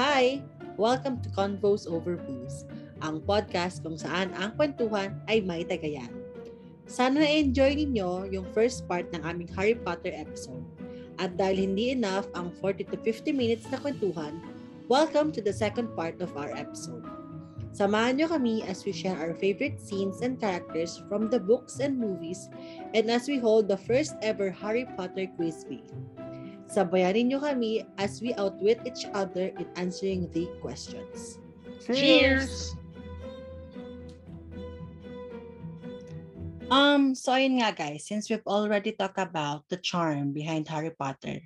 Hi! Welcome to Convos Over Booze, ang podcast kung saan ang kwentuhan ay may tagayan. Sana na-enjoy ninyo yung first part ng aming Harry Potter episode. At dahil hindi enough ang 40 to 50 minutes na kwentuhan, welcome to the second part of our episode. Samahan nyo kami as we share our favorite scenes and characters from the books and movies and as we hold the first ever Harry Potter quiz bee. Sabayanin nyo kami as we outwit each other in answering the questions. Cheers! Um, so ayun nga guys, since we've already talked about the charm behind Harry Potter,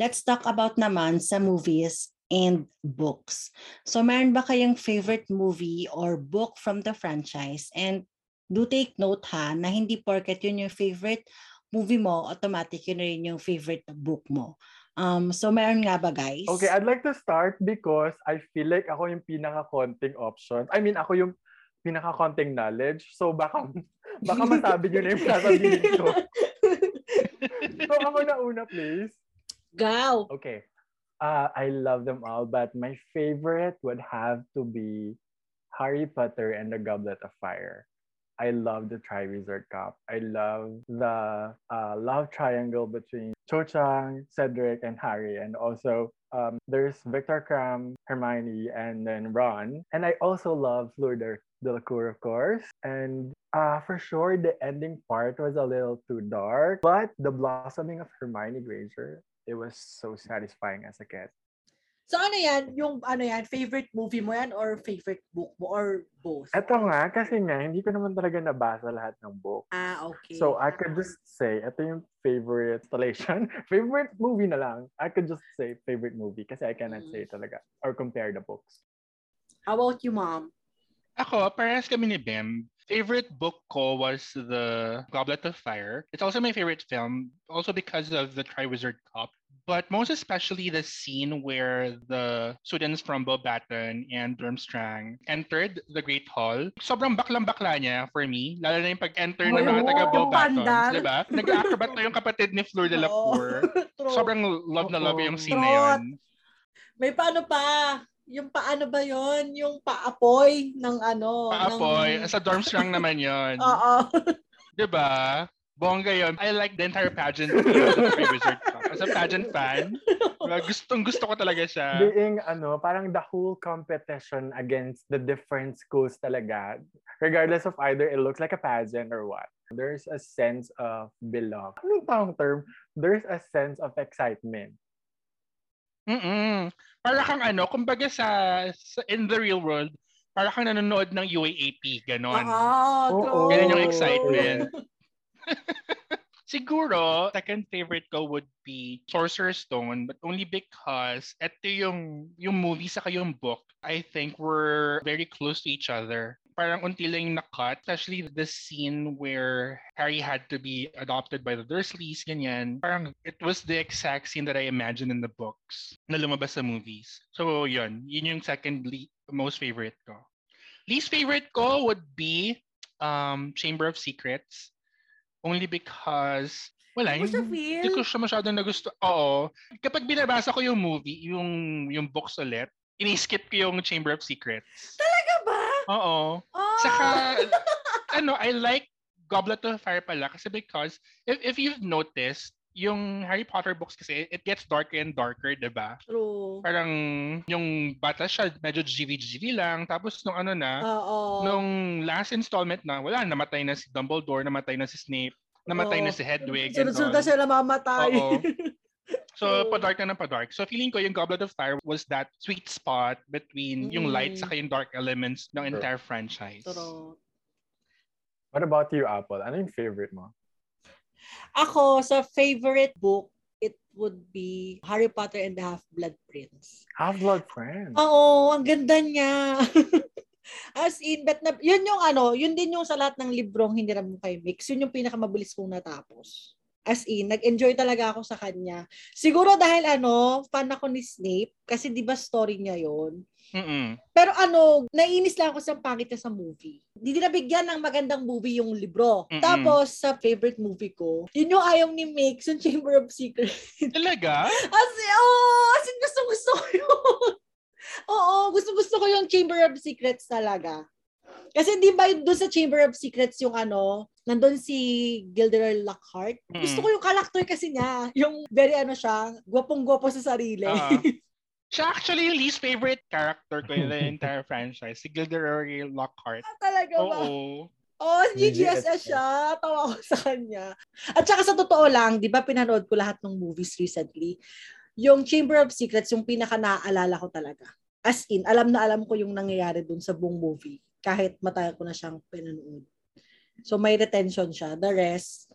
let's talk about naman sa movies and books. So meron ba kayong favorite movie or book from the franchise? And do take note ha, na hindi porket yun yung favorite movie mo, automatic yun rin yung favorite book mo. Um, so meron nga ba guys? Okay, ano, I'd like to start because I feel like ako yung pinaka-konting option. I mean, ako yung pinaka-konting knowledge. So baka baka masabi niyo na yung sasabihin ko. So ako na una, please. Go! Okay. Uh, I love them all, but my favorite would have to be Harry Potter and the Goblet of Fire. I love the Triwizard Cup. I love the uh, love triangle between Cho Chang, Cedric, and Harry. And also, um, there's Victor Kram, Hermione, and then Ron. And I also love Fleur de Delacour, of course. And uh, for sure, the ending part was a little too dark, but the blossoming of Hermione Granger it was so satisfying as a kid. So ano yan, yung ano yan, favorite movie mo yan or favorite book mo or both? Ito nga, kasi nga, hindi ko naman talaga nabasa lahat ng book. ah, okay. So I could just say, ito yung favorite installation. favorite movie na lang. I could just say favorite movie kasi I cannot say talaga or compare the books. How about you, mom? Ako, parehas kami ni Bim. Favorite book ko was The Goblet of Fire. It's also my favorite film, also because of the Triwizard Cup. But most especially the scene where the students from Bobaton and Durmstrang entered the Great Hall. Sobrang baklang-bakla niya for me. Lalo na yung pag-enter ng Ay, mga oo, yung taga-Bobaton. pandal. Diba? Nag-acrobat na yung kapatid ni Fleur de la Oo. Cour. True. Sobrang love na love Oo. yung scene na yun. May paano pa? Yung paano ba yon Yung paapoy ng ano? Paapoy. ng- Sa Durmstrang naman yun. Oo. Diba? Bongga yun. I like the entire pageant of the Wizard Cup. As a pageant fan, diba, gustong gusto ko talaga siya. Being ano, parang the whole competition against the different schools talaga. Regardless of either it looks like a pageant or what. There's a sense of belong. Anong tawang term? There's a sense of excitement. Mm-mm. Para kang ano, kumbaga sa, sa in the real world, para kang nanonood ng UAAP, ganon. Ah, Oo, Oo. true. Ganyan yung excitement. Siguro, second favorite ko would be Sorcerer's Stone, but only because ito yung, yung movie sa yung book, I think were very close to each other. Parang unti lang yung nakat, especially the scene where Harry had to be adopted by the Dursleys, ganyan. Parang it was the exact scene that I imagined in the books na lumabas sa movies. So yun, yun yung second le- most favorite ko. Least favorite ko would be um, Chamber of Secrets. Only because, wala, Hindi ko siya yung- feel. hindi ko siya masyadong nagusto. Oo. Kapag binabasa ko yung movie, yung, yung books ulit, ini-skip ko yung Chamber of Secrets. Talaga ba? Oo. Oh. Ah, Saka, ano, I like Goblet of Fire pala kasi because if, if you've noticed, yung Harry Potter books kasi, it gets darker and darker, di ba? True. Parang yung bata siya, medyo GVGV lang. Tapos nung ano na, Oo. nung last installment na, wala, namatay na si Dumbledore, namatay na si Snape, namatay na Oo. si Hedwig. Oh. Sunod-sunod na ganon. sila mamatay. Oo. So, Oo. padark na ng padark. So, feeling ko yung Goblet of Fire was that sweet spot between yung Mm. light sa yung dark elements ng True. entire franchise. True. What about you, Apple? Ano yung favorite mo? Ako, sa favorite book, it would be Harry Potter and the Half-Blood Prince. Half-Blood Friend. Oo, ang ganda niya. As in, but na, yun yung ano, yun din yung sa lahat ng librong hindi naman kay mix. Yun yung pinakamabilis kong natapos. As in, nag-enjoy talaga ako sa kanya. Siguro dahil ano, fan ako ni Snape. Kasi di ba story niya yon Mm-mm. Pero ano, nainis lang ako sa pangit niya sa movie. Hindi nabigyan ng magandang movie yung libro. Mm-mm. Tapos, sa favorite movie ko, yun yung ayaw ni Mix, yung Chamber of Secrets. Talaga? As in, oh, as in, gusto, gusto ko yun. Oo, gusto-gusto ko yung Chamber of Secrets talaga. Kasi di ba yung- doon sa Chamber of Secrets yung ano, nandun si Gilderoy Lockhart. Mm. Gusto ko yung character kasi niya. Yung very ano siya, gwapong-gwapo sa sarili. Ah. Siya actually yung least favorite character ko in the entire franchise. Si Gilderoy Lockhart. Ah, talaga ba? Oo. Oo, GGSS. GGSS siya. Tawa ko sa kanya. At saka sa totoo lang, di ba pinanood ko lahat ng movies recently, yung Chamber of Secrets, yung pinaka naaalala ko talaga. As in, alam na alam ko yung nangyayari dun sa buong movie. Kahit matagal ko na siyang pinanood. So may retention siya. The rest,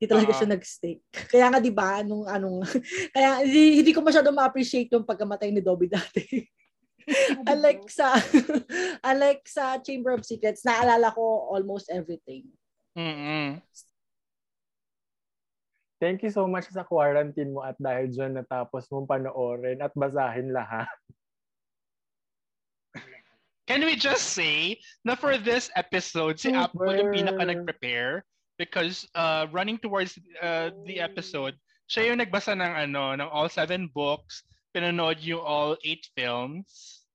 di talaga Ah. siya nag-stick. Kaya nga di ba, anong, anong, kaya hindi, hindi ko masyado ma-appreciate yung pagkamatay ni Dobby dati. unlike sa unlike sa Chamber of Secrets, naalala ko almost everything. Mm-mm. Thank you so much sa quarantine mo at dahil dyan natapos mong panoorin at basahin lahat. Can we just say na for this episode, si Oh, Apple yung pinaka nag-prepare because uh, running towards uh, the episode, siya yung nagbasa ng ano, ng all seven books, pinanood yung all eight films.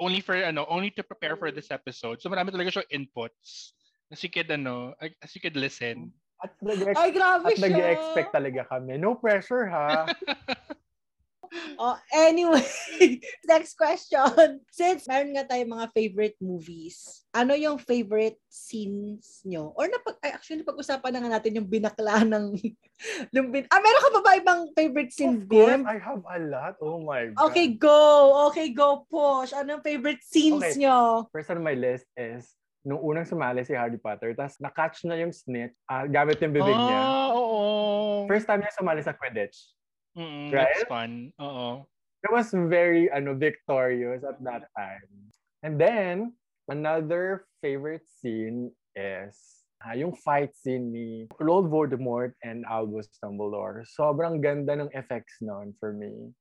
Only for ano, only to prepare for this episode. So marami talaga siyang inputs. As you could ano, as you could listen. At nag Ay, grabe at siya! nag-expect talaga kami. No pressure ha. Oh, anyway, next question. Since meron nga tayong mga favorite movies, ano yung favorite scenes nyo? Or napag, ay, actually, pag-usapan na nga natin yung binakla ng... yung bin, ah, meron ka pa ba ibang favorite scene, of course, Bim? I have a lot. Oh my God. Okay, go! Okay, go, push! Ano yung favorite scenes Okay. nyo? First on my list is nung unang sumali si Harry Potter, tapos na-catch na yung snitch ah, gamit yung bibig niya. Ah, oo. First time niya sumali sa Quidditch. Mm-mm, Right? That's fun. Oo. It was very ano victorious at that time. And then another favorite scene is ah, yung fight scene ni Lord Voldemort and Albus Dumbledore. Sobrang ganda ng effects noon for me.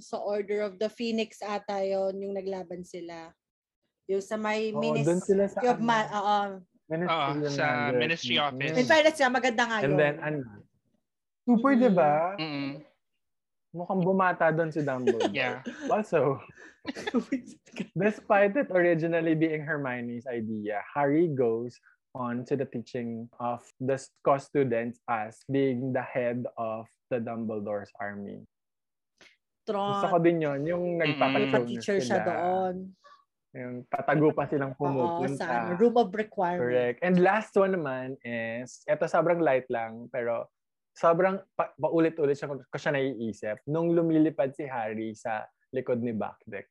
sa Order of the Phoenix ata yon yung naglaban sila. Yung sa may Oo, minis- Oh, dun sila sa yung ano. ma- oo. Ministry Oo, Ah, ng sa Magic. Ministry Mm. Office. In fairness siya, maganda nga And yun. then ano? Super, Mm. di ba? Mm-mm. Mukhang bumata doon si Dumbledore. Yeah. Also, Despite it originally being Hermione's idea, Harry goes on to the teaching of the co students as being the head of the Dumbledore's army. Gusto ko Tron. din yun, yung Hmm, nagpapalitaw na Teacher sila. Ah. siya doon. Yung patago pa silang Oo, pumupunta. sa ano, Room of Requirement. Correct. And last one naman is, eto sobrang light lang, pero sobrang pa- paulit-ulit siya, ko siya naiisip nung lumilipad si Harry sa likod ni Bakdek.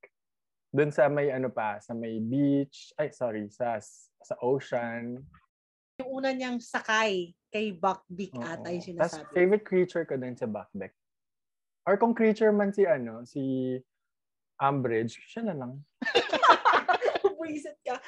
Doon sa may ano pa, sa may beach, ay sorry, sa sa ocean. Yung una niyang sakay kay Buckbeak Oo. ata yung Tas sinasabi. favorite creature ko din si Bakdek. Or kung creature man si ano, si Umbridge, siya na lang. Buisit ka.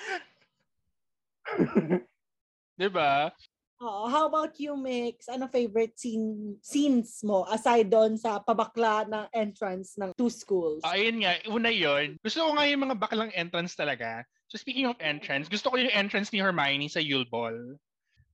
Diba? Oo, how about you, Mix? Ano favorite scene, scenes mo aside doon sa pabakla ng entrance ng two schools? Ayun nga, una yon. Gusto ko nga yung mga baklang entrance talaga. So speaking of entrance, gusto ko yung entrance ni Hermione sa Yule Ball.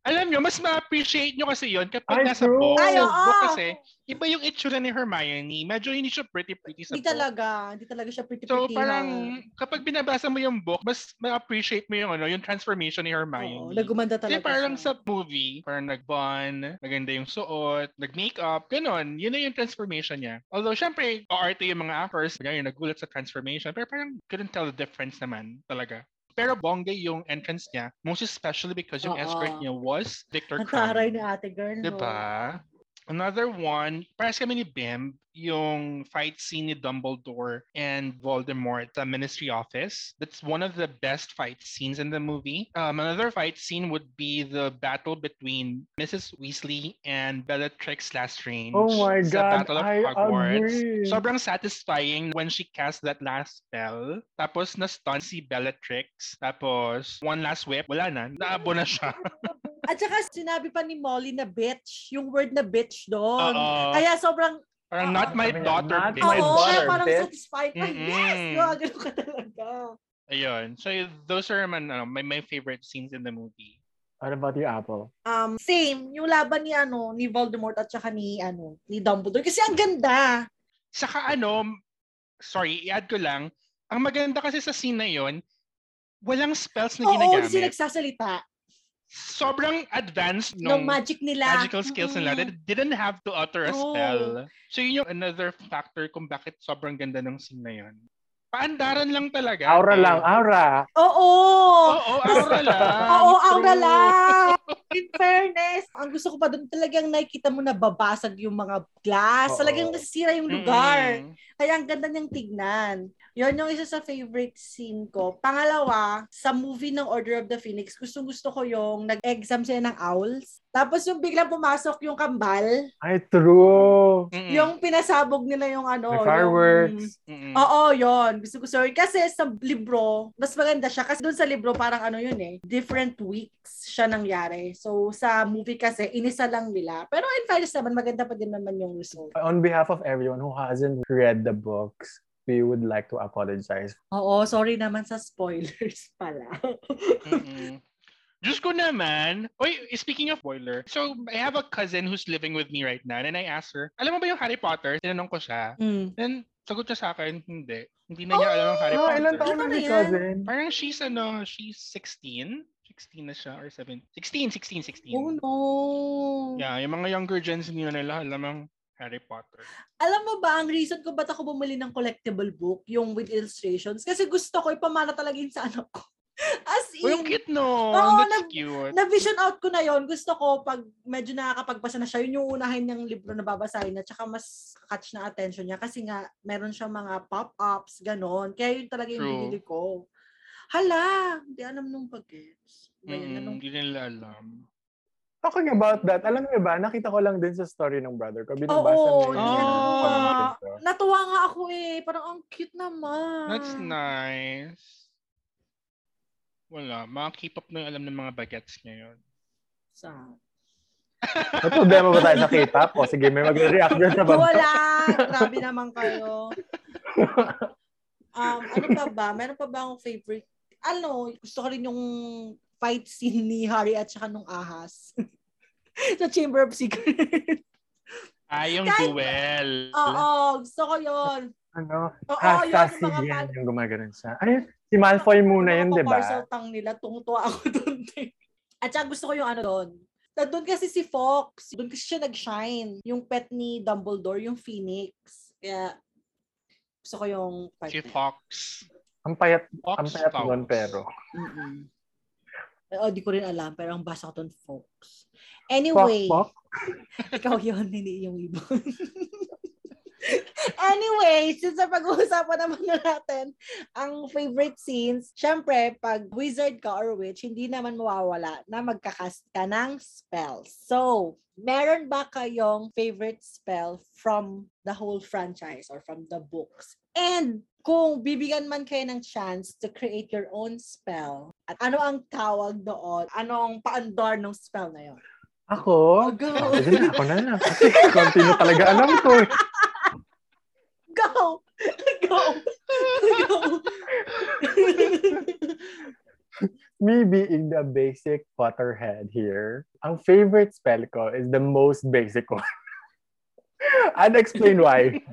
Alam nyo, mas ma-appreciate nyo kasi yon kapag Ay, nasa true. book. Ay, oo. Sa oh, book kasi, iba yung itsura ni Hermione. Medyo hindi siya pretty-pretty sa Hindi book. talaga. Hindi talaga siya pretty So pretty parang na- kapag binabasa mo yung book, mas ma-appreciate mo yung ano, yung transformation ni Hermione. Oo, nagumanda talaga Kasi parang siya. sa movie, parang nag-bun, maganda yung suot, nag-makeup, ganun. Yun na yung transformation niya. Although, syempre, arte yung mga actors, ganyan, nagulat sa transformation, pero parang couldn't tell the difference naman talaga. Pero bongga yung entrance niya, most especially because Oo. yung escort niya was Victor Ang taray ni Crumb. ate girl. no? Diba? Another one, parang kami ni Bim, yung fight scene ni Dumbledore and Voldemort sa Ministry Office. That's one of the best fight scenes in the movie. Um, another fight scene would be the battle between Mrs. Weasley and Bellatrix Lestrange. Oh my Sa God, Battle of I Hogwarts. agree. Sobrang satisfying when she cast that last spell. Tapos na-stun si Bellatrix. Tapos one last whip, wala na. Naabo na siya. At saka sinabi pa ni Molly na bitch. Yung word na bitch Um, doon. Oo. Kaya sobrang, Parang not my Sabi niya, daughter, "Not bitch. oo, My kaya daughter, parang bitch. satisfied. Ay, yes! Mm-mm. Yung ano ka talaga. Ayun. So, y- those are man, ano, my, my favorite scenes in the movie. What about you, Apple? Um, same, yung laban ni ano, ni Voldemort at saka ni ano, ni Dumbledore. Kasi ang ganda. Saka ano, sorry, i-add ko lang, ang maganda kasi sa scene na yon, walang spells na Oo, ginagamit. hindi sila nagsasalita. Sobrang advanced Nung nung magic nila. magical skills nila Mm-mm. that didn't have to utter a True. spell. So yun yung another factor kung bakit sobrang ganda ng scene na yun. Paandaran lang talaga. Aura Eh. lang, aura. Oo. Oo, aura lang. Oo, aura True. lang. In fairness, ang gusto ko pa doon talagang nakikita mo na babasag yung mga glass. Oo. Talagang nasisira yung lugar. Mm-mm. Kaya ang ganda niyang tignan. Yun yung isa sa favorite scene ko. Pangalawa, sa movie ng Order of the Phoenix, gustong gusto ko yung nag-exam sila ng owls. Tapos yung biglang pumasok yung kambal, Ay, true. Mm-mm. yung pinasabog nila yung ano. May yung- fireworks. Mm-mm. Oo, yon Gusto ko sorry. Kasi sa libro, mas maganda siya. Kasi doon sa libro, parang ano yun eh, different weeks siya nangyari. So, sa movie kasi, inisa lang nila. Pero in fairness naman, maganda pa din naman yung result. On behalf of everyone who hasn't read the books, we would like to apologize. Oo, so Sorry naman sa spoilers pala. Mm-mm. Diyos ko naman. Oy, speaking of boiler, so I have a cousin who's living with me right now and I asked her, alam mo ba yung Harry Potter? Tinanong ko siya. mm. Then, sagot niya sa akin, hindi. Hindi na niya alam ang Harry Ah, Potter. ilan taon Ano na si yan? cousin? Parang she's ano, she's 16? 16 na siya or 7? 16, 16, 16. Oh no. Yeah, yung mga younger gens hindi na nila alam ang Harry Potter. Alam mo ba, ang reason kung ba't ako bumili ng collectible book, yung with illustrations, kasi gusto ko ipamana talaga yun sa anak ko. As Oh, yung in, cute no. Oo, That's nag- cute. na-vision out ko na yon Gusto ko, pag medyo nakakapagbasa na siya, yun yung unahin niyang libro na babasahin na, tsaka mas catch na attention niya kasi nga, meron siyang mga pop-ups, ganon. Kaya yun talaga yung True. binili ko. Hala, hindi alam nung pag-gets. Ba yun, Mm, anong- hindi na nila alam. Talking about that, alam niyo ba, nakita ko lang din sa story ng brother ko. Oo, Binabasa niya yung yun. yung pamangkin ko. Natuwa nga ako eh. Parang ang cute naman. That's nice. Wala, mga K-pop na yung alam ng mga bagets ngayon. Sa- May problema ba tayo sa K-pop? O sige, may mag-react dyan sa baba. Wala! Grabe naman kayo. Um, ano pa ba? Meron pa ba akong favorite? Ano, gusto ko rin yung fight scene ni Harry at saka nung ahas. sa Chamber of Secrets. Ah, yung Kahit- duel. Oo, gusto ko yun. Ano? Oo, yun Hasta si yung mga Yen pan- yung gumagano'n siya. Ay, si Malfoy muna yun, diba? di ba? Paparsaltang nila, tungtuwa ako doon. At saka gusto ko yung ano doon. Na doon kasi si Fox, doon kasi siya nag-shine. Yung pet ni Dumbledore, yung Phoenix. Kaya, gusto ko yung fight na Si yun. Fox. Ang payat, Fox ang payat Fox. nun pero. Mm-mm. Eh, oh, di ko rin alam, pero ang basa ko doon, Fox. Fox, Anyway, Fox? ikaw yun, hindi yung ibon. anyway, since na pag-uusapan naman na natin ang favorite scenes, syempre, pag wizard ka or witch, hindi naman mawawala na magkakast ka ng spells. So, meron ba kayong favorite spell from the whole franchise or from the books? And kung bibigyan man kayo ng chance to create your own spell, at ano ang tawag doon? Anong paandar ng spell na yon? Ako? Go! Sige na, ako na na. Kasi continue talaga alam ko. eh. Go! Go! Go! me being the basic Potterhead here, ang favorite spell ko is the most basic one. I'd explain why.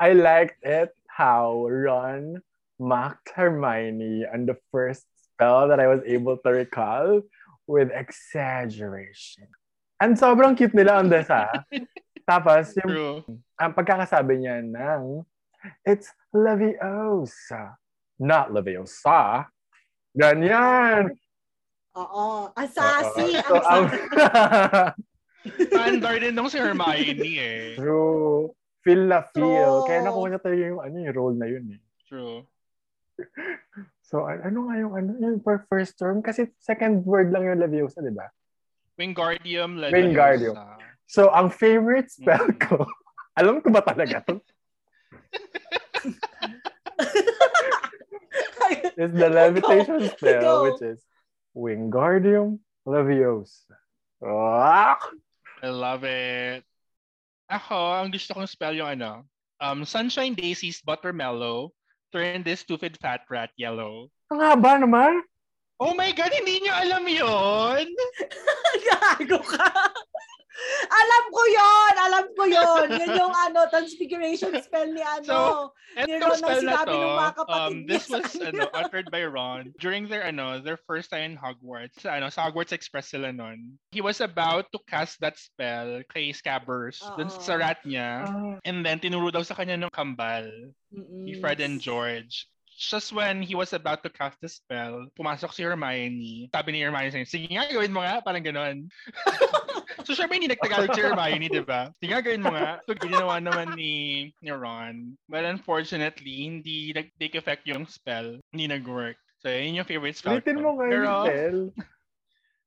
I liked it how Ron mocked Hermione on the first spell that I was able to recall with exaggeration. And sobrang cute nila on this, ha? Tapos, yung True. ang pagkakasabi niya ng it's Leviosa, not Leviosa. Ganyan. Oo. Ang sassy. Ang So, ang- sassy. Standard din nung si Hermione eh. True. Feel na True. feel. Kaya nakuha niya talaga yung, ano, yung role na yun eh. True. So, an- ano nga yung, ano, yung per first term? Kasi second word lang yung Leviosa, di ba? Wingardium Leviosa. Wingardium. So, ang favorite spell Mm-hmm. Mm. ko, alam ko ba talaga to? is the levitation Go. spell, which is Wingardium Leviosa. Ah! I love it. Ako, ang gusto kong spell yung ano, um, Sunshine Daisy's Buttermellow, turn this stupid fat rat yellow. Ang haba naman. Oh my God, hindi niyo alam yon. Gago ka. Alam ko yon Alam ko yon Yun yung ano, transfiguration spell ni ano. ni Etong Ron ang spell na sinabi to, ng mga kapatid um, this niya sa was kanya. ano, uttered by Ron during their ano, their first time in Hogwarts. Sa, ano, sa Hogwarts Express sila nun. He was about to cast that spell kay Scabbers, dun Oo. sa rat niya. And then, tinuro daw sa kanya ng kambal, Mm-mm. ni Fred and George. Just when he was about to cast the spell, pumasok si Hermione. Sabi ni Hermione, sa'yo, sige nga, gawin mo nga. Parang ganun. so, syempre, hindi nagtagalog si Hermione, di ba? Sige nga, gawin mo nga. So, ginawa naman ni, ni Ron. But unfortunately, hindi nag-take effect yung spell. Hindi nag-work. So, yun yung favorite spell. Ulitin ko. mo nga Pero, yung spell.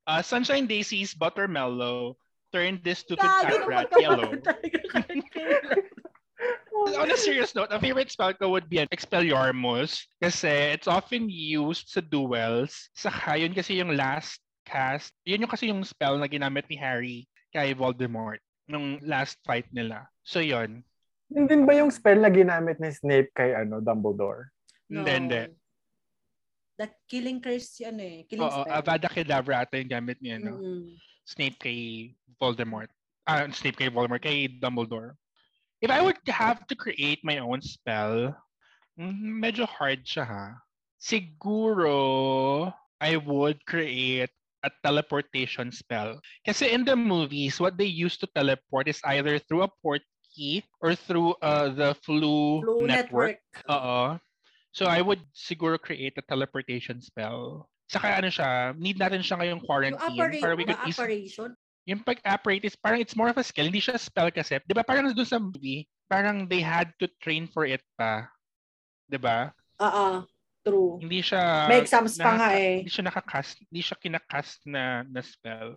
uh, Sunshine Daisy's Buttermellow turned this stupid Gago cat naman rat ka yellow. talaga kay Kira. On a serious note, a favorite spell ko would be an Expelliarmus kasi it's often used sa duels. Saka yun kasi yung last cast. Yun yung kasi yung spell na ginamit ni Harry kay Voldemort nung last fight nila. So yun. Yun din ba yung spell na ginamit ni Snape kay ano Dumbledore? Hindi, hindi. The killing curse yun eh. Killing Oo, spell. Avada Kedavra ata yung gamit niya, no? Mm-mm. Snape kay Voldemort. Ah, Snape kay Voldemort, kay Dumbledore. If I would have to create my own spell, mm, medyo hard siya ha. Siguro, I would create a teleportation spell. Kasi in the movies, what they use to teleport is either through a port key or through uh, the flu, Blue network. network. Oo. So I would siguro create a teleportation spell. Saka ano siya, need natin siya ngayong Yung quarantine para operation, we could the easily operation. yung pag-operate is parang it's more of a skill. Hindi siya spell kasi. Di ba parang doon sa movie, parang they had to train for it pa. Di ba? Oo, Ah, true. Hindi siya... May exams pa nakaka- nga eh. Hindi siya nakakast. Hindi siya kinakast na, na spell.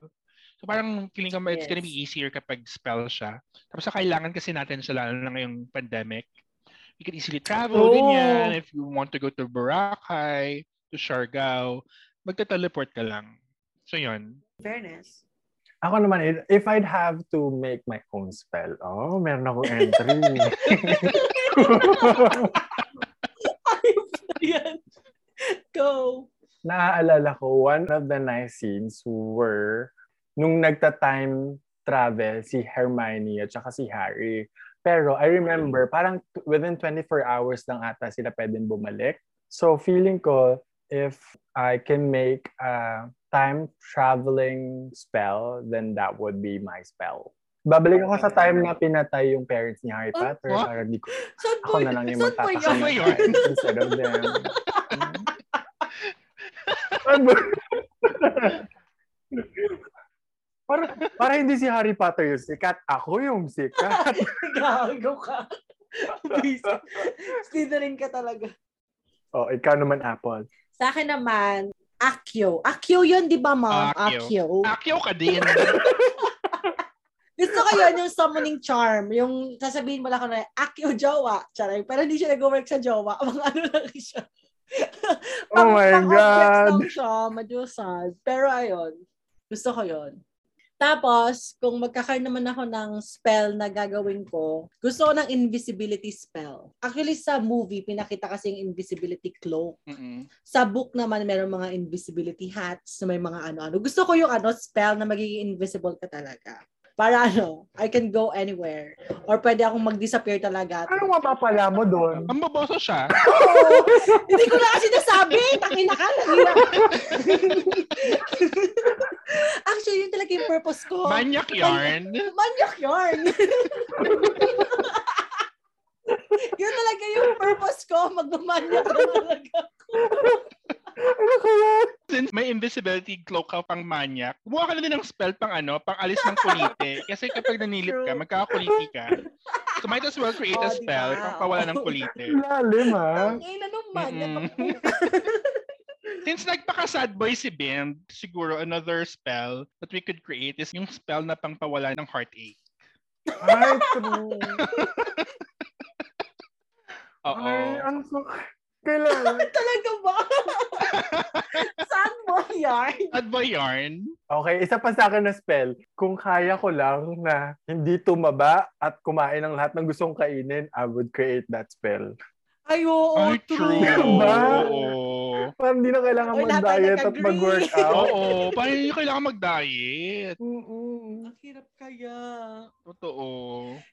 So parang feeling ko it's gonna be easier kapag spell siya. Tapos sa kailangan kasi natin siya lalo na ngayong pandemic. You can easily travel, Oo. ganyan. If you want to go to Boracay, to Siargao, magta-teleport ka lang. So yun. Fairness. Ako naman, if- if I'd have to make my own spell, oh, meron ako entry. Yan. Go. Naaalala ko, one of the nice scenes were nung nagta-time travel si Hermione at saka si Harry. Pero I remember, parang t- within 24 hours lang ata sila pwedeng bumalik. So feeling ko, if I can make a time traveling spell, then that would be my spell. Babalik ako sa time na pinatay yung parents ni Harry Oh, Potter. what? Parang di ko Saan ako na lang yung saan po magtatakas mo ng yun? yun? friends instead of them. Ano ba? para, para hindi si Harry Potter yung sikat, ako yung sikat. Gago ka. Basic. Slytherin ka talaga. Oh, ikaw naman, Apple. Sa akin naman, Akyo. Akyo yun, di ba, ma'am? Akyo. Accio. Akyo ka din. Gusto ko yun, yung summoning charm. Yung sasabihin mo lang ako na, Akyo jowa. Charay. Pero hindi siya nag-work sa jowa. Mga ano lang siya. Oh my objects God. lang siya, madusad. Pero ayun, gusto ko yun. Tapos, kung magkakaroon naman ako ng spell na gagawin ko, gusto ko ng invisibility spell. Actually, sa movie, pinakita kasi yung invisibility cloak. Mm-mm. Sa book naman, meron mga invisibility hats na may mga ano-ano. Gusto ko yung ano, spell na magiging invisible ka talaga. Para ano, I can go anywhere. Or pwede akong mag-disappear talaga. Anong Ano mapapala mo doon? Ang baboso siya. Oo. Hindi ko na kasi nasabi. Tangina ka. nangina ka. Actually, yun talaga yung purpose ko. Manyak yarn. Manyak yarn. yun talaga yung purpose ko. Magmamanyak na talaga. Ano kaya? Since may invisibility cloak ka pang manyak, gumawa ka na din ng spell pang ano, pang alis ng kulite. Kasi kapag nanilip ka, True. magkakakuliti ka. So might as well create a Oh, di spell ba? pang pawala ng Oo. kulite. Lalim, ha? Ang ina nung manyak. Mm-mm. Since nagpaka-sad boy si Ben, siguro another spell that we could create is yung spell na pang pawala ng heartache. Ay, true. Ay, Oo. ano ko? Kailangan. talaga ba? Saan mo yarn? Sad boy yarn. Okay, isa pa sa akin na spell. Kung kaya ko lang na hindi tumaba at kumain ng lahat ng gustong kainin, I would create that spell. Ay, oo, Oh, Ay, true. true. Diba? Oo. Parang hindi na kailangan Uy, lahat tayo mag-diet at nag-agree. mag-workout. Oo, paano nyo kailangan mag-diet? Mm-mm. Ang hirap kaya. Totoo.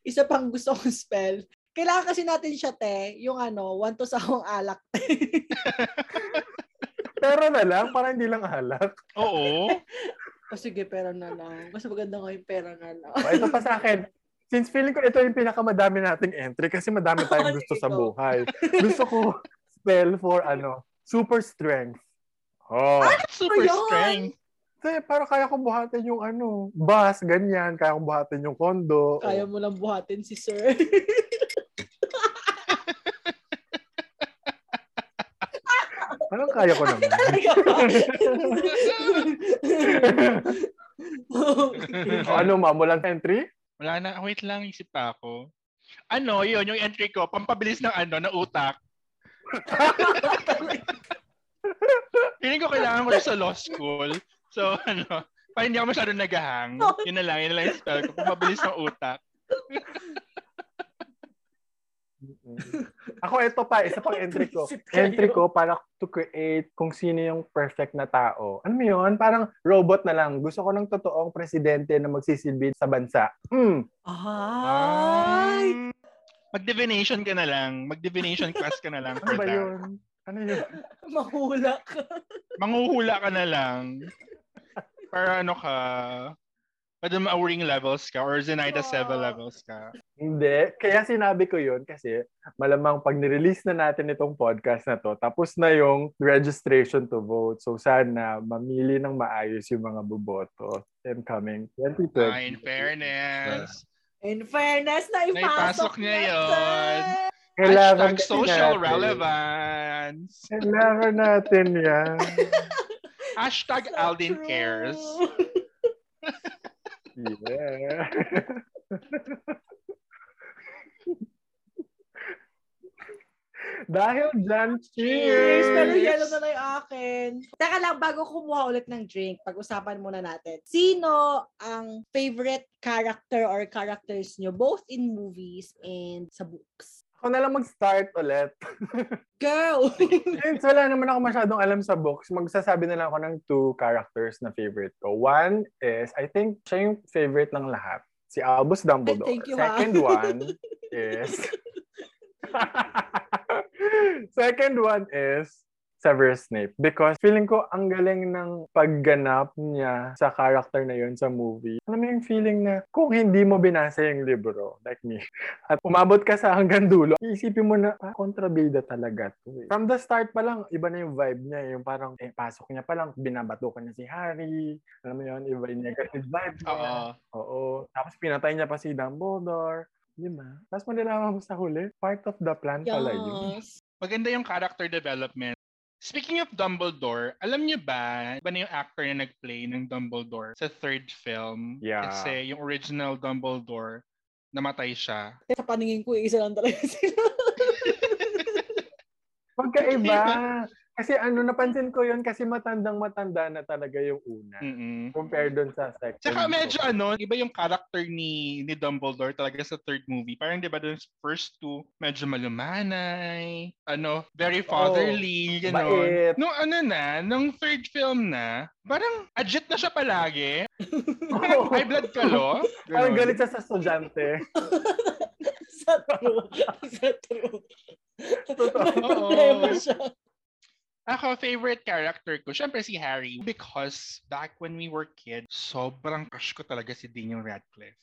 Isa pang gusto kong spell. Kailangan kasi natin siya, te, yung ano, one to sawang alak. Pero na lang, parang hindi lang halak. Oo. O sige, pera na lang. Mas maganda nga yung pera na lang. O, ito Diba, pa sa akin. Since feeling ko ito yung pinakamadami nating entry kasi madami tayong Oo, gusto sige sa ko. buhay. Gusto ko spell for ano, super strength. Oh. That's super Ayun! strength. Kasi parang kaya kong buhatin yung ano, bus, ganyan. Kaya kong buhatin yung kondo. Kaya mo lang buhatin si sir. Parang kaya ko naman. o, ano ma'am, walang entry? Wala na. Wait lang, isip pa ako. Ano, yun, yung entry ko, pampabilis ng ano, na utak. Feeling ko kailangan ko siya sa law school. So, ano, parang hindi ako masyado nagahang. Yun na lang, yun na lang yung spell ko. Pampabilis ng utak. Ako ito pa, isa pang entry ko. Isip kayo. Entry ko para to create kung sino yung perfect na tao. Ano mo yun? Parang robot na lang. Gusto ko ng totoong presidente na magsisilbi sa bansa. Mm. Ay! Um, Mag-divination ka na lang. Mag-divination class ka na lang Ano for ba that. yun? Ano yun? Mahulak. Manguhula ka na lang. Para ano ka, pwede ma-awring levels ka or Zenaida Seva Aw. levels ka. Hindi. Kaya sinabi ko yun kasi malamang pag nirelease na natin itong podcast na to, tapos na yung registration to vote. So sana mamili ng maayos yung mga buboto. And coming 2020. Ah, in fairness. In fairness, Naipasok naipasok niya niya yun. Kailangan Hashtag kasi social natin. relevance. Kailangan natin yan. Hashtag So Aldin true. cares. Yeah. Dahil dyan, Cheers! cheers! Pero yellow na na yung akin. Teka lang, bago kumuha ulit ng drink, pag-usapan muna natin. Sino ang favorite character or characters nyo, both in movies and sa books? Ako na lang mag-start ulit. Go! Since wala naman ako masyadong alam sa books, magsasabi na lang ako ng two characters na favorite ko. One is, I think, siya yung favorite ng lahat. Si Albus Dumbledore. Thank you, ha. Second one is... Second one is Severus Snape. Because feeling ko ang galing ng pagganap niya sa character na yun sa movie. Alam mo yung feeling na kung hindi mo binasa yung libro, like me, at umabot ka sa hanggang dulo, iisipin mo na, ah, kontrabida talaga to eh. From the start pa lang, iba na yung vibe niya. eh. Yung parang, eh, pasok niya pa lang, binabato ka niya si Harry. Alam mo yun, iba yung negative vibe niya. Oo. Oo. Tapos pinatay niya pa si Dumbledore. Di ba? Tapos malalaman mo sa huli, part of the plan pala yun. yes. Maganda yung character development. Speaking of Dumbledore, alam niyo ba, iba na yung actor na nag-play ng Dumbledore sa third film? Yeah. Kasi yung original Dumbledore, namatay siya. Sa paningin ko, isa lang talaga sila. Magkaiba. Kasi ano, napansin ko yun kasi matandang matanda na talaga yung una. Mm-mm. Compared dun sa second. Hmm. Tsaka two. medyo ano, iba yung character ni ni Dumbledore talaga sa third movie. Parang 'di ba dun sa first two, medyo malumanay, ano, very fatherly, you know. bait. Nung ano na, nung third film na, parang agit na siya palagi. Parang Oo. high blood ka lo. Parang Ganun. galit siya sa estudyante. sa true. sa true. Totoo. May problema siya. Ako, favorite character ko, syempre si Harry. Because back when we were kids, sobrang crush ko talaga si Daniel Radcliffe.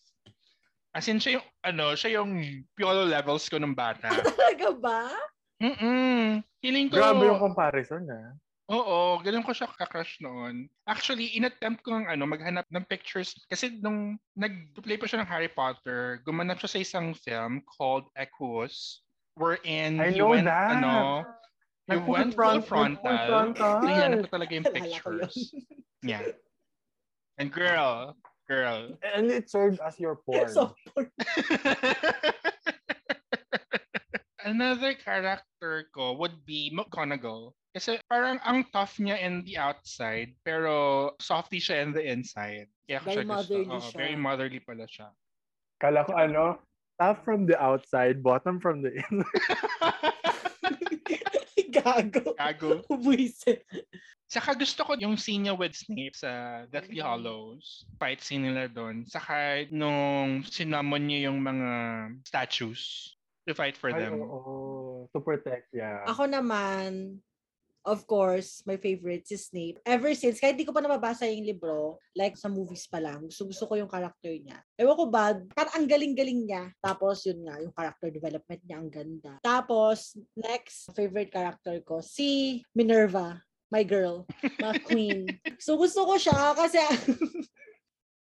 As in, siya yung, ano, siya yung piolo levels ko nung bata. Talaga ba? Mm-mm. Feeling ko, Grabe yung comparison ah. oo, ganun ko siya kakrush noon. Actually, inattempt ko ng ano, maghanap ng pictures. Kasi nung nag-play pa siya ng Harry Potter, gumanap siya sa isang film called Equus, wherein I he know went, that. ano, he went full frontal. ano? Hinanap ko talaga yung Alala ko yun. pictures. yeah. And girl, girl. And it served as your porn. So, Another character ko would be McGonagall. Kasi parang ang tough niya in the outside, pero softy siya in the inside. Kaya ko Very siya gusto. motherly Oo, siya. Very motherly pala siya. Kala ko ano, top from the outside, bottom from the inside. Gago. Gago. Buisit. Saka gusto ko yung scene niya with Snape sa Deathly Mm-hmm. Hollows. Fight scene nila doon. Saka nung sinamon niya yung mga statues to fight for Ay, them. oo. To protect, yeah. Ako naman, of course, my favorite si Snape. Ever since, kahit di ko pa nababasa yung libro, like sa movies pa lang, gusto, gusto ko yung character niya. Ewan ko ba, parang ang galing-galing niya. Tapos yun nga, yung character development niya, ang ganda. Tapos, next favorite character ko, si Minerva, my girl, my queen. so gusto ko siya kasi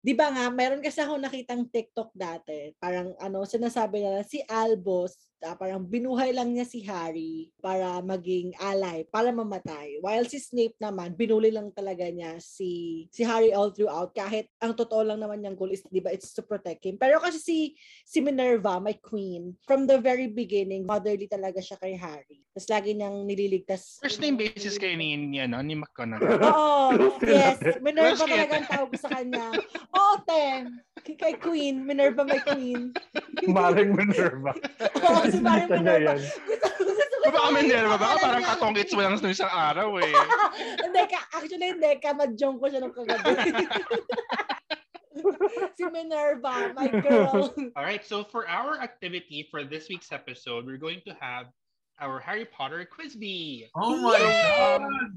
Di ba nga, meron kasi ako nakitang TikTok dati. Parang ano, sinasabi nila si Albos, ah, parang binuhay lang niya si Harry para maging ally, para mamatay. While si Snape naman, binuli lang talaga niya si si Harry all throughout kahit ang totoo lang naman niyang goal is, 'di ba, it's to protect him. Pero kasi si si Minerva, my queen, from the very beginning, motherly talaga siya kay Harry. Tapos lagi niyang nililigtas. First name basis kayo ni, ni, ano, ni McConaughey. Oo, Close yes. enough. Minerva Close yet. talaga ang tawag ko sa kanya. Oo, te. Kay- Kay Queen. Minerva my Queen. Maring Minerva. Oo, si Maring Nakita niya Minerva. yan. Gusto, gusto ko Baka yung Minerva, baka pangalan parang niya. katongkits mo lang sa isang araw eh. hindi, ka, actually hindi. Kamadyong ko siya nung kagabi. si Minerva, my girl. All right, so for our activity for this week's episode, we're going to have our Harry Potter quiz bee. Oh my Um, God!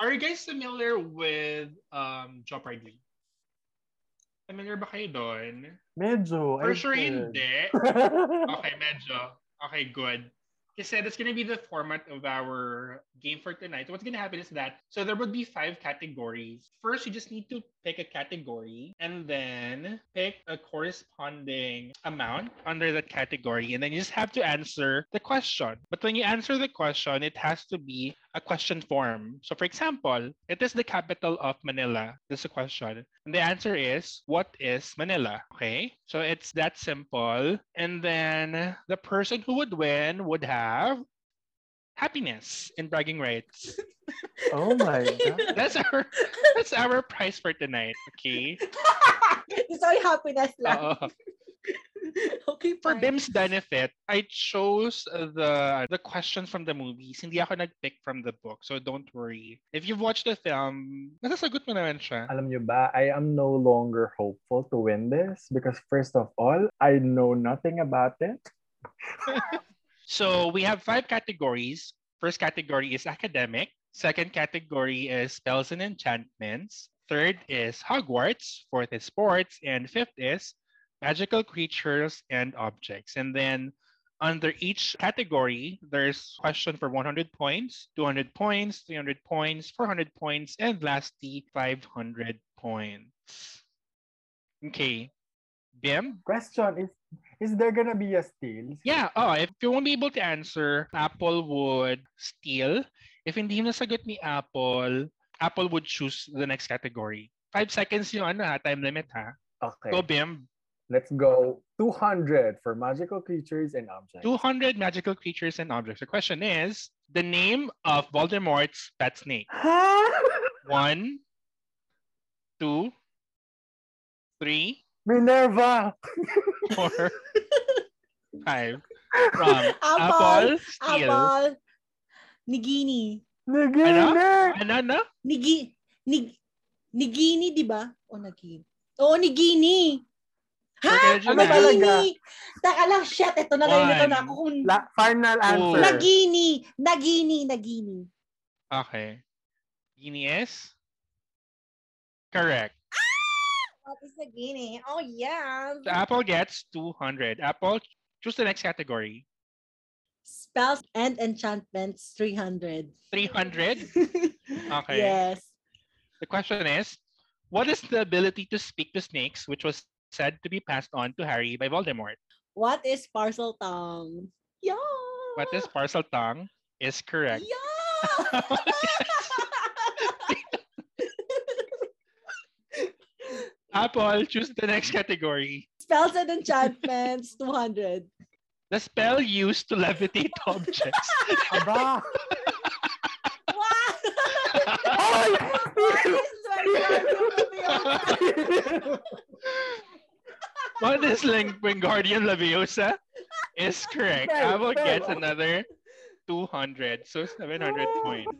are you guys familiar with um, Jeopardy? Familiar ba kayo doon? Medyo. For I sure think. hindi. Okay, medyo. Okay, good. Kasi that's gonna be the format of our game for tonight. What's gonna happen is that so there would be five categories. First, you just need to pick a category and then pick a corresponding amount under that category, and then you just have to answer the question. But when you answer the question, it has to be a question form. So, for example, it is the capital of Manila. That's a question. And the answer is, what is Manila? Okay. So it's that simple. And then the person who would win would have happiness and bragging rights. Oh my God. That's our that's our prize for tonight. Okay. Gusto ko yung happiness lang. Oo. Okay, for fine. Bim's benefit, I chose the the questions from the movies. Hindi ako nag-pick from the book, so don't worry. If you've watched the film, nasasagot mo naman siya. Alam niyo ba, I am no longer hopeful to win this because first of all, I know nothing about it. So we have five categories. First category is academic. Second category is spells and enchantments. Third is Hogwarts. Fourth is sports. And fifth is magical creatures and objects. And then under each category, there's question for 100 points, 200 points, 300 points, 400 points, and lastly, 500 points. Okay. Bim, Question is, is there gonna be a steal? Yeah, oh, if you won't be able to answer, Apple would steal. If hindi mo nasagot ni Apple, Apple would choose the next category. Five seconds yung ano ha, time limit ha. Okay. Go Bim. Let's go 200 for magical creatures and objects. 200 magical creatures and objects. The question is, the name of Voldemort's pet snake. One, two, three, Minerva! four, five. From Apple, Apple, steal. Apple, Nigini. Naginer! Ano, ano? Nigi, nig, Nigini, di ba? O Nagini. Oo, Nigini. Ha? Oh Ano talaga? Nagini. Taka lang, shit. Ito na rin. Ito One. na ako. Kung... La- final Oh. answer. Nagini. Nagini. Nagini. Okay. Gini is correct. What is Nagini? Oh, yeah. So Apple gets 200. Apple, choose the next category. Spells and enchantments, 300. 300. Okay. Yes. The question is, what is the ability to speak to snakes which was said to be passed on to Harry by Voldemort? What is parcel tongue? Yeah. What is parcel tongue is correct. Yeah. Apple, choose the next category. Spells and enchantments, 200. The spell used to levitate objects. Aba! Wow! Ay! what is Linguardian Leviosa is correct. Spell, Apple gets spell. another 200. So, 700 points.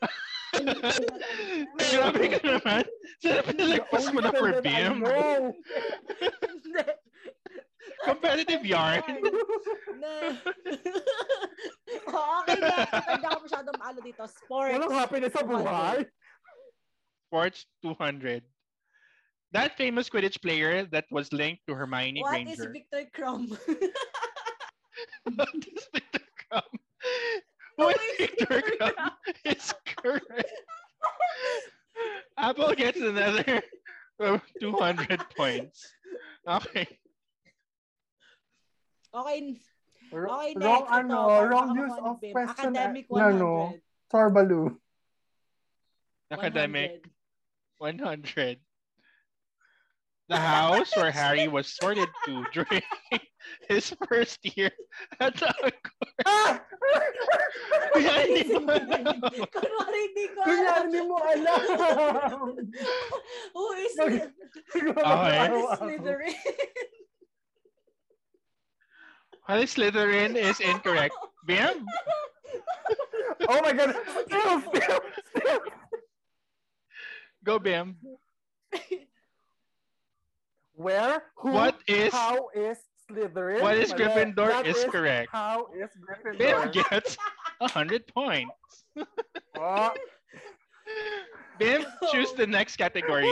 Grabe ka naman. Sarap nilagpas mo na for BIM. Hindi. Competitive yarn. Ne. okay na. Hindi ako masyadong maalo dito. Sports. Walang happiness sa buhay. Sports 200. That famous Quidditch player that was linked to Hermione What is Granger. Victor Crumb? What is Victor Crumb? What is Victor Crumb? It's correct. Apple gets another uh, 200 points. Okay. okay. Okay, next. wrong Ito, ano, para wrong makakuha use ng of BIM. question. Academic eh, na, no, 100. Sorbalu. Academic 100. 100. The house where Harry was sorted to during his first year at the Ah! Kunyari, hindi mo Kunwari, hindi ko Kunyari, alam. hindi mo alam. Who is, Nag- Okay. what is Slytherin? Well, Slytherin is incorrect. Bim? Oh my God. Still, still, still. Go, Bim. Where? Who? What is How is Slytherin? what is Mali. Gryffindor That is correct. How is Bim Gryffindor? gets 100 points. Oh. Bim, choose the next category.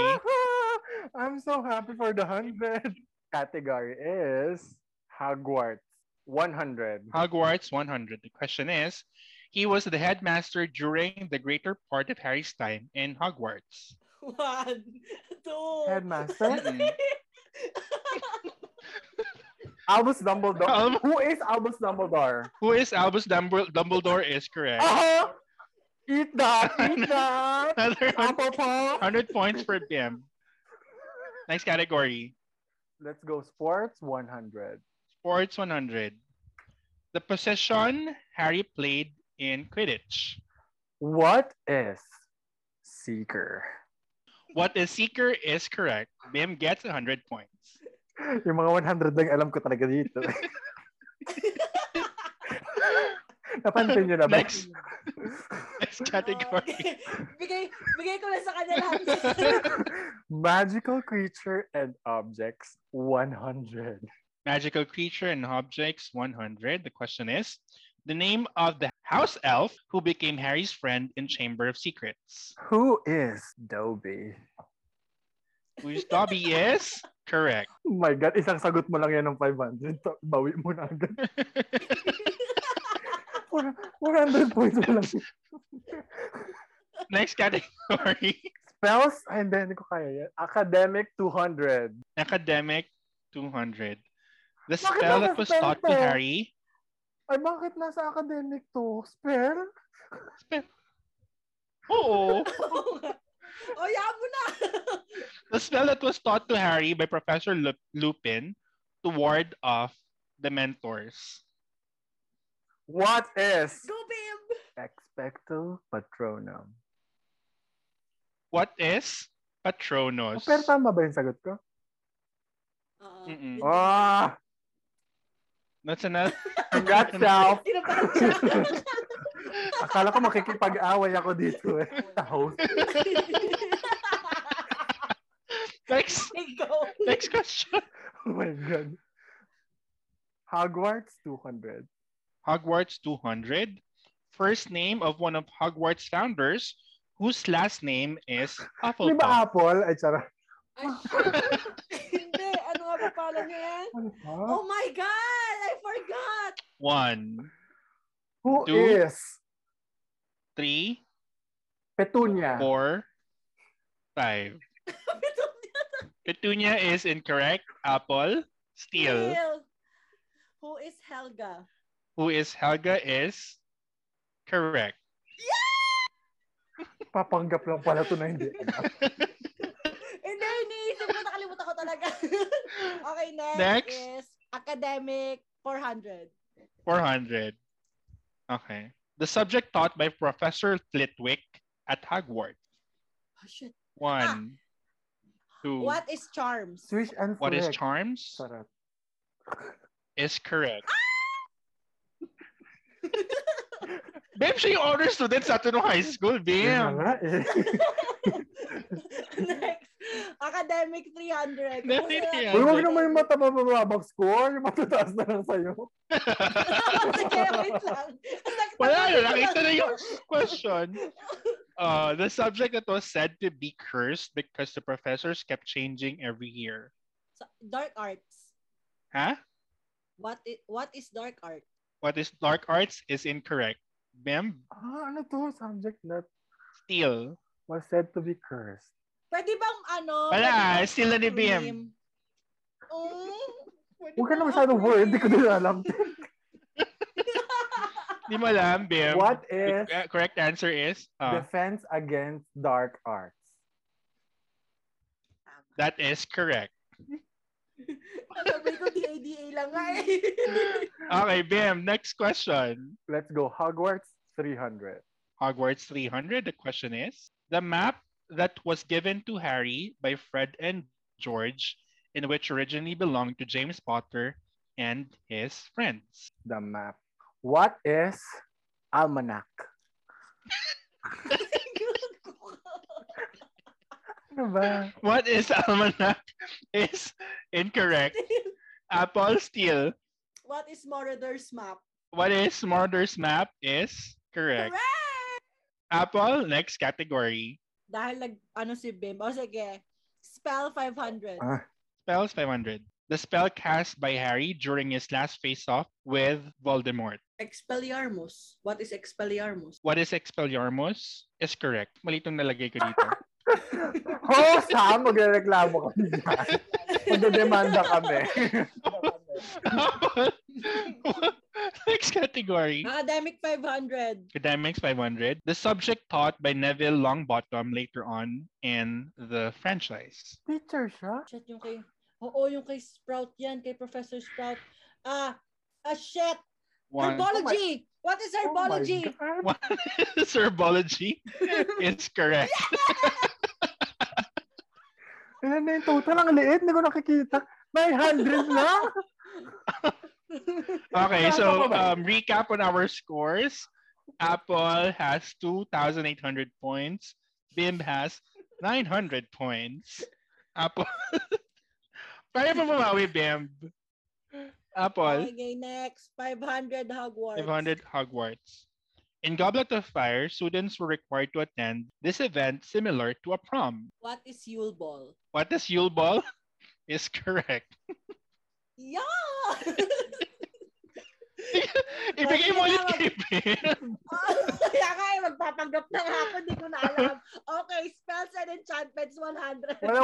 I'm so happy for the 100. Category is Hogwarts. 100. Hogwarts 100. The question is, he was the headmaster during the greater part of Harry's time in Hogwarts. One, two, Headmaster? Mm-mm. Albus Dumbledore. Al- Who is Albus Dumbledore? Who is Albus Dumbl- Dumbledore is correct. Uh-huh. Eat that! Eat that! Another hun- Apple pie. 100 points for Bim. Next category, Let's go sports 100. Sports 100. The position Harry played in Quidditch. What is Seeker? What is Seeker is correct. Bim gets 100 points. Yung mga 100 lang alam ko talaga dito. Napansin nyo na ba? Next. Next category, Okay. bigay, bigay ko na sa kanya lahat. Magical creature and objects 100. magical creature and objects 100. The question is, the name of the house elf who became Harry's friend in Chamber of Secrets. Who is Dobby? Whose Dobby is correct. Oh my God, isang sagot mo lang yan ng 500. Ta- Bawi mo na agad. 400 points mo lang. Next category, Spells? Ay, hindi, hindi ko kaya yan. Academic 200. academic 200. The Bakit spell ang that was spell taught to to? Harry. Ay, bakit nasa academic to? Spell? Oo. o, yan mo na. The spell that was taught to Harry by Professor Lu- Lupin to ward off the mentors. What is? Go, Bim. Expecto Patronum. What is Patronus? Pero tama ba yung sagot ko? Oo. Mm-mm. Ah! That's another. Congrats, Ralph. Tinapakan siya. Akala ko makikipag-away ako dito eh. Sa host. next, Go. next question. Oh my God. Hogwarts 200. Hogwarts 200. First name of one of Hogwarts founders whose last name is Di Hufflepuff. ba Apple? Ay, tsara. Ay, Hindi, ano nga ba pala niya yan? Ano ba? Oh my God! I forgot! One, Who two, is three, Petunia? four, five. Petunia is incorrect. Apple, Steel. Neil. Who is Helga? who is Helga is correct. Papanggap lang pala to na hindi. Hindi, iniisip ko, nakalimutan ko talaga. okay, next, Next. is Academic 400. 400. Okay. The subject taught by Professor Flitwick at Hogwarts. Oh, shit. One, two. What is Charms? Swish and What is Flick. charms? Sarap. Is correct. Babe, siya yung honor student sa atin nung high school, Yun na bam! nga eh. Next. Academic 300. Academic Uy, huwag naman yung matabababang score. Yung matataas na lang sa'yo. Sige, wait lang. Wala na, nakita na yung question. Uh, the subject that was said to be cursed because the professors kept changing every year. So, Dark arts. Huh? What is, what is dark art? What is dark arts is incorrect. Ma'am, Ah, ano to? Subject that steal. was said to be cursed. Pwede bang ano? Wala, steal na ni pwede bang Bim. name? Mm, pwede Huwag ka na bang masyadong acronym? word. Hindi ko din alam. Di mo alam, Bim. What The is uh, correct answer is, uh, defense against dark arts? that is correct. Sabi ko, DADA lang nga eh. Okay, Bim, next question. Let's go. Hogwarts 300. Hogwarts 300. The question is The map that was given to Harry by Fred and George, and which originally belonged to James Potter and his friends. The map. What is almanac? Ano ba? What is almanac? Is incorrect. Apple steal. What is Moroder's map? What is Murder's map? Is correct. Apple, next category. Dahil nag, ano si Bim. O sige, spell 500. Ah, Spells 500. The spell cast by Harry during his last face off with Voldemort. Expelliarmus. What is Expelliarmus? What is Expelliarmus? Is correct. Mali itong nalagay ko dito. oh, Sam, magreklamo kami dyan. Magdedemanda kami. Next category. Academic 500. Academics 500. The subject taught by Neville Longbottom later on in the franchise. Teacher siya? Shit, yung kay... Oo, yung kay Sprout yan, kay Professor Sprout. Ah, ah, shit! One. Herbology! What is Oh my herbology? God. What is herbology? It's correct. Ilan na yung total? Ang liit. Hindi ko nakikita. 900 lang? Okay, so Tama ba? um, recap on our scores. Apple has 2,800 points. Bim has 900 points. Apple. Kaya pa bumawi, Bim. Apple. Okay, next. 500 Hogwarts. 500 Hogwarts. In Goblet of Fire, students were required to attend this event similar to a prom. What is Yule Ball? What is Yule Ball? Is correct. Yeah! Ibigay mo ulit kay Ben. Oh, Kaya nga, eh, magpapanggap na nga ako, hindi ko na alam. Okay, Spells and Enchantments 100. Wala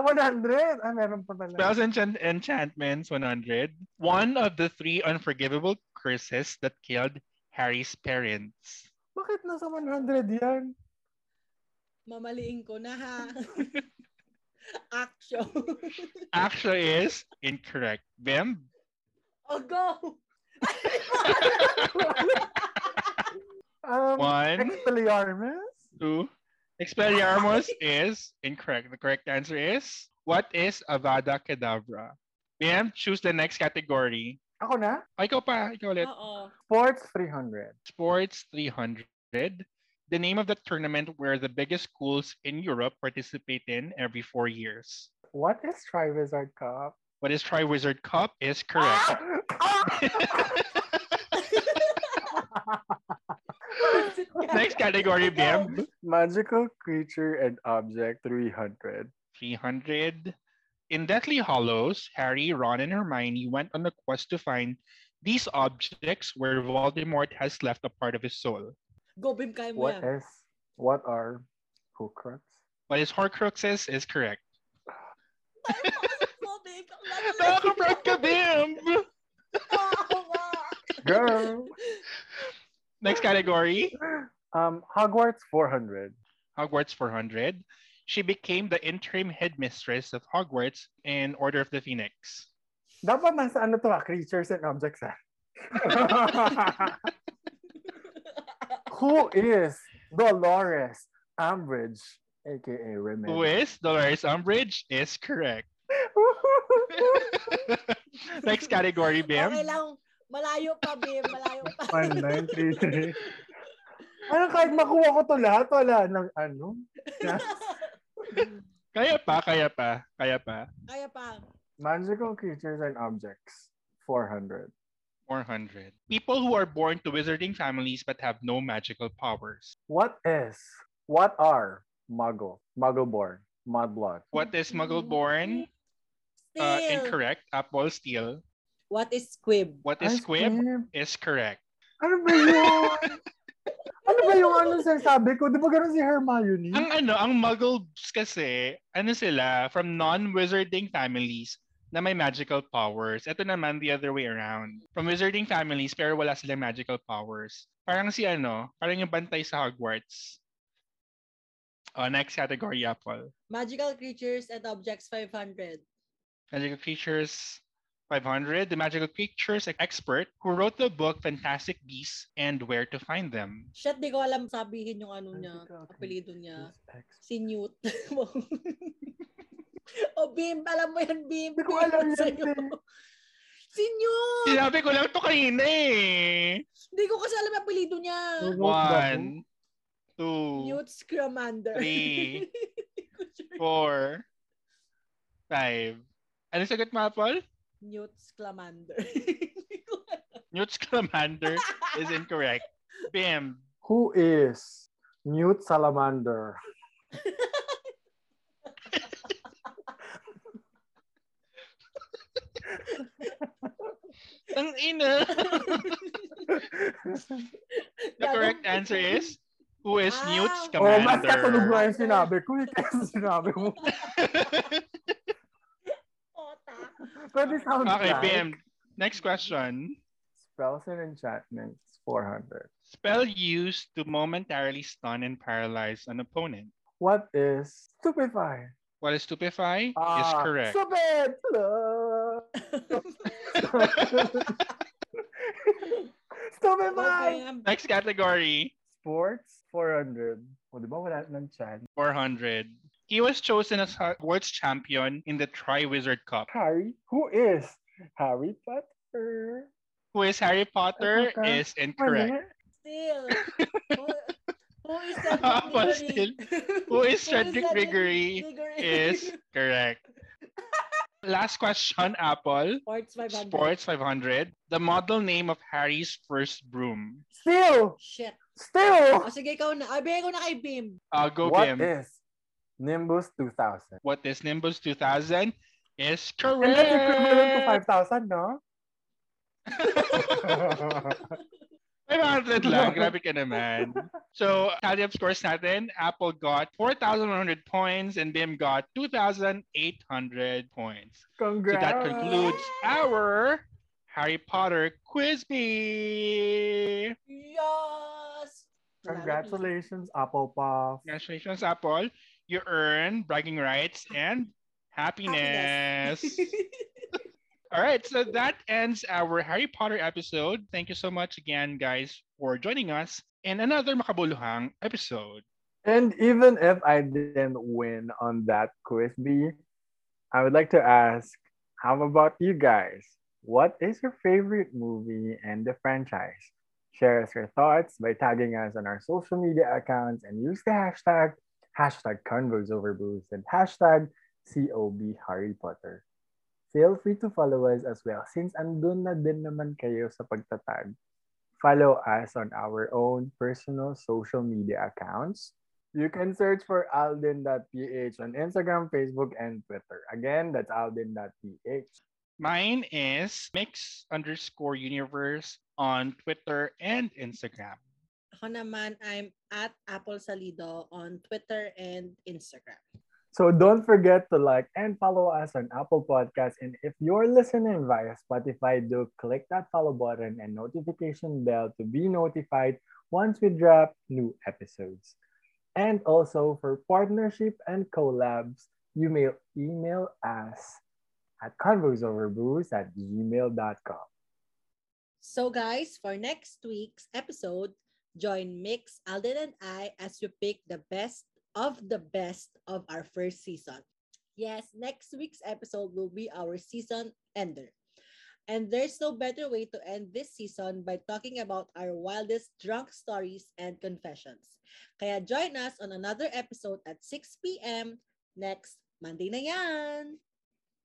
100. Ah, meron pa pala. Spells and Enchant- Enchantments 100. One of the three unforgivable curses that killed Harry's parents. Bakit nasa 100 yan? Mamaliin ko na ha. Action. Actually is incorrect. Bim? oh, go! Um, One, Expelliarmus? two. Expelliarmus is incorrect. The correct answer is what is Avada Kedavra? Bim, choose the next category. Ako na? Ay, ikaw pa. Ikaw ulit. Oo. Sports 300. Sports 300, the name of the tournament where the biggest schools in Europe participate in every four years. What is Triwizard Cup? What is Triwizard Cup is Ah! correct. Next category, Bim. Magical creature and object 300. 300. In Deathly Hollows, Harry, Ron, and Hermione went on a quest to find these objects where Voldemort has left a part of his soul. Go, Bim, kaya mo What yan. is? What are Horcrux? What is Horcruxes is correct. Go, Bim. Ang lalim. Nakaka-proud ka, Bim! Tawa. Girl. Next category. um, Hogwarts 400. Hogwarts 400. She became the interim headmistress of Hogwarts in Order of the Phoenix. Dapat nasa ano to ah, creatures and objects ah. Who is Dolores Umbridge, aka Remedy? Who is Dolores Umbridge is correct. Next category, Bim. Okay lang. Malayo pa, Bim. Malayo pa. 1933. Parang Ano, kahit makuha ko to lahat, wala ng ano. Kaya pa, kaya pa, kaya pa. Kaya pa. Magical creatures and objects. 400. 400. People who are born to wizarding families but have no magical powers. What is? What are? Muggle. Muggleborn. Mudblood. What is muggle born? Mm-hmm. Still. Uh, incorrect. Apple steal. What is squib? What is Ice squib? cream. Is correct. Ano ba yun? ano ba yung ano sinasabi ko? Di ba ganun si Hermione? Ang ano, ang muggles kasi, ano sila, from non-wizarding families na may magical powers. Ito naman the other way around. From wizarding families pero wala silang magical powers. Parang si ano, parang yung bantay sa Hogwarts. Oh, next category, Apple. Magical creatures and objects 500. Magical Creatures 500, the Magical Creatures expert who wrote the book Fantastic Beasts and Where to Find Them. Shit, di ko alam sabihin yung ano niya, Magical apelido niya. creatures ex- Si Newt. o Bim, alam mo yan, Bim. Di ko alam yan, Sa'yo. Bim. Si Newt! Sinabi ko lang to kanina eh. Di ko kasi alam yung apelido niya. Who wrote the book? One, two, Newt Scamander. Three. four, five. Ano sagot mo, Apple? Newt Scamander. Di ko alam. Newt Scamander is incorrect. Bim. Who is Newt Salamander? Ang ina. The Gago. correct answer is who is Newt Ah. oh, mas Scamander? katunog nga yung sinabi ko. eh, Kaysa sinabi mo. Ota. Pwede sound okay, like. Bim. Next question. Spells and enchantments. 400. Spell used to momentarily stun and paralyze an opponent. What is stupefy? What is stupefy is Ah, correct. Stupid! Okay, stupefy! ang- Next category, Sports, 400. O, di ba wala ng chance? 400. He was chosen as ho- world's champion in the Tri-Wizard Cup. Harry, who is Harry Potter? Who is Harry Potter Potter. is incorrect. Still. who, who is Ah, Cedric but Diggory? still, Who is Cedric Diggory Diggory? is correct. Last question, Apple. Sports 500. Sports 500. The model name of Harry's first broom. Still! Shit. Still! O sige, ikaw na. Ay, bigay ko na kay Bim. Uh, go, What Bim. is Nimbus 2000? What is Nimbus 2000 is And that's equivalent to correct. 5,000, no? 500 lang. Grabe ka naman. So, tally up scores natin. Apple got 4,100 points and Bim got 2,800 points. So Congrats! that concludes our Harry Potter quiz bee. Yes! Congratulations, Apple Puff. Congratulations, Apple. You earn bragging rights and happiness. All right, so that ends our Harry Potter episode. Thank you so much again, guys, for joining us in another makabuluhang episode. And even if I didn't win on that quiz bee, I would like to ask, how about you guys? What is your favorite movie and the franchise? Share us your thoughts by tagging us on our social media accounts and use the hashtag hashtag convosoverbooths and hashtag COB Harry Potter. Feel free to follow us as well since andun na din naman kayo sa pagtatag. Follow us on our own personal social media accounts you can search for alden.ph on Instagram, Facebook, and Twitter. Again, that's alden.ph. Mine is mix underscore universe on Twitter and Instagram. Ako naman, I'm at Apple Salido on Twitter and Instagram. So don't forget to like and follow us on Apple Podcasts. And if you're listening via Spotify, do click that follow button and notification bell to be notified once we drop new episodes. And also for partnership and collabs, you may email us at convosoverbooze at gmail.com. So guys, for next week's episode, join Mix, Alden, and I as we pick the best of the best of our first season. Yes, next week's episode will be our season ender. And there's no better way to end this season by talking about our wildest drunk stories and confessions. Kaya join us on another episode at 6 p.m. next Monday na yan!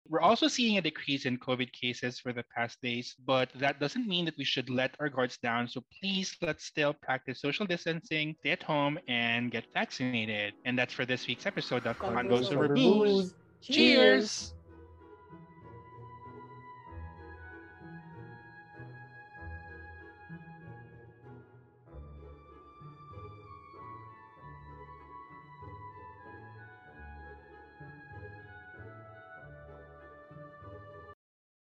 We're also seeing a decrease in COVID cases for the past days, but that doesn't mean that we should let our guards down. So please let's still practice social distancing, stay at home, and get vaccinated. And that's for this week's episode of Convos Convos Over Over Booze. Cheers!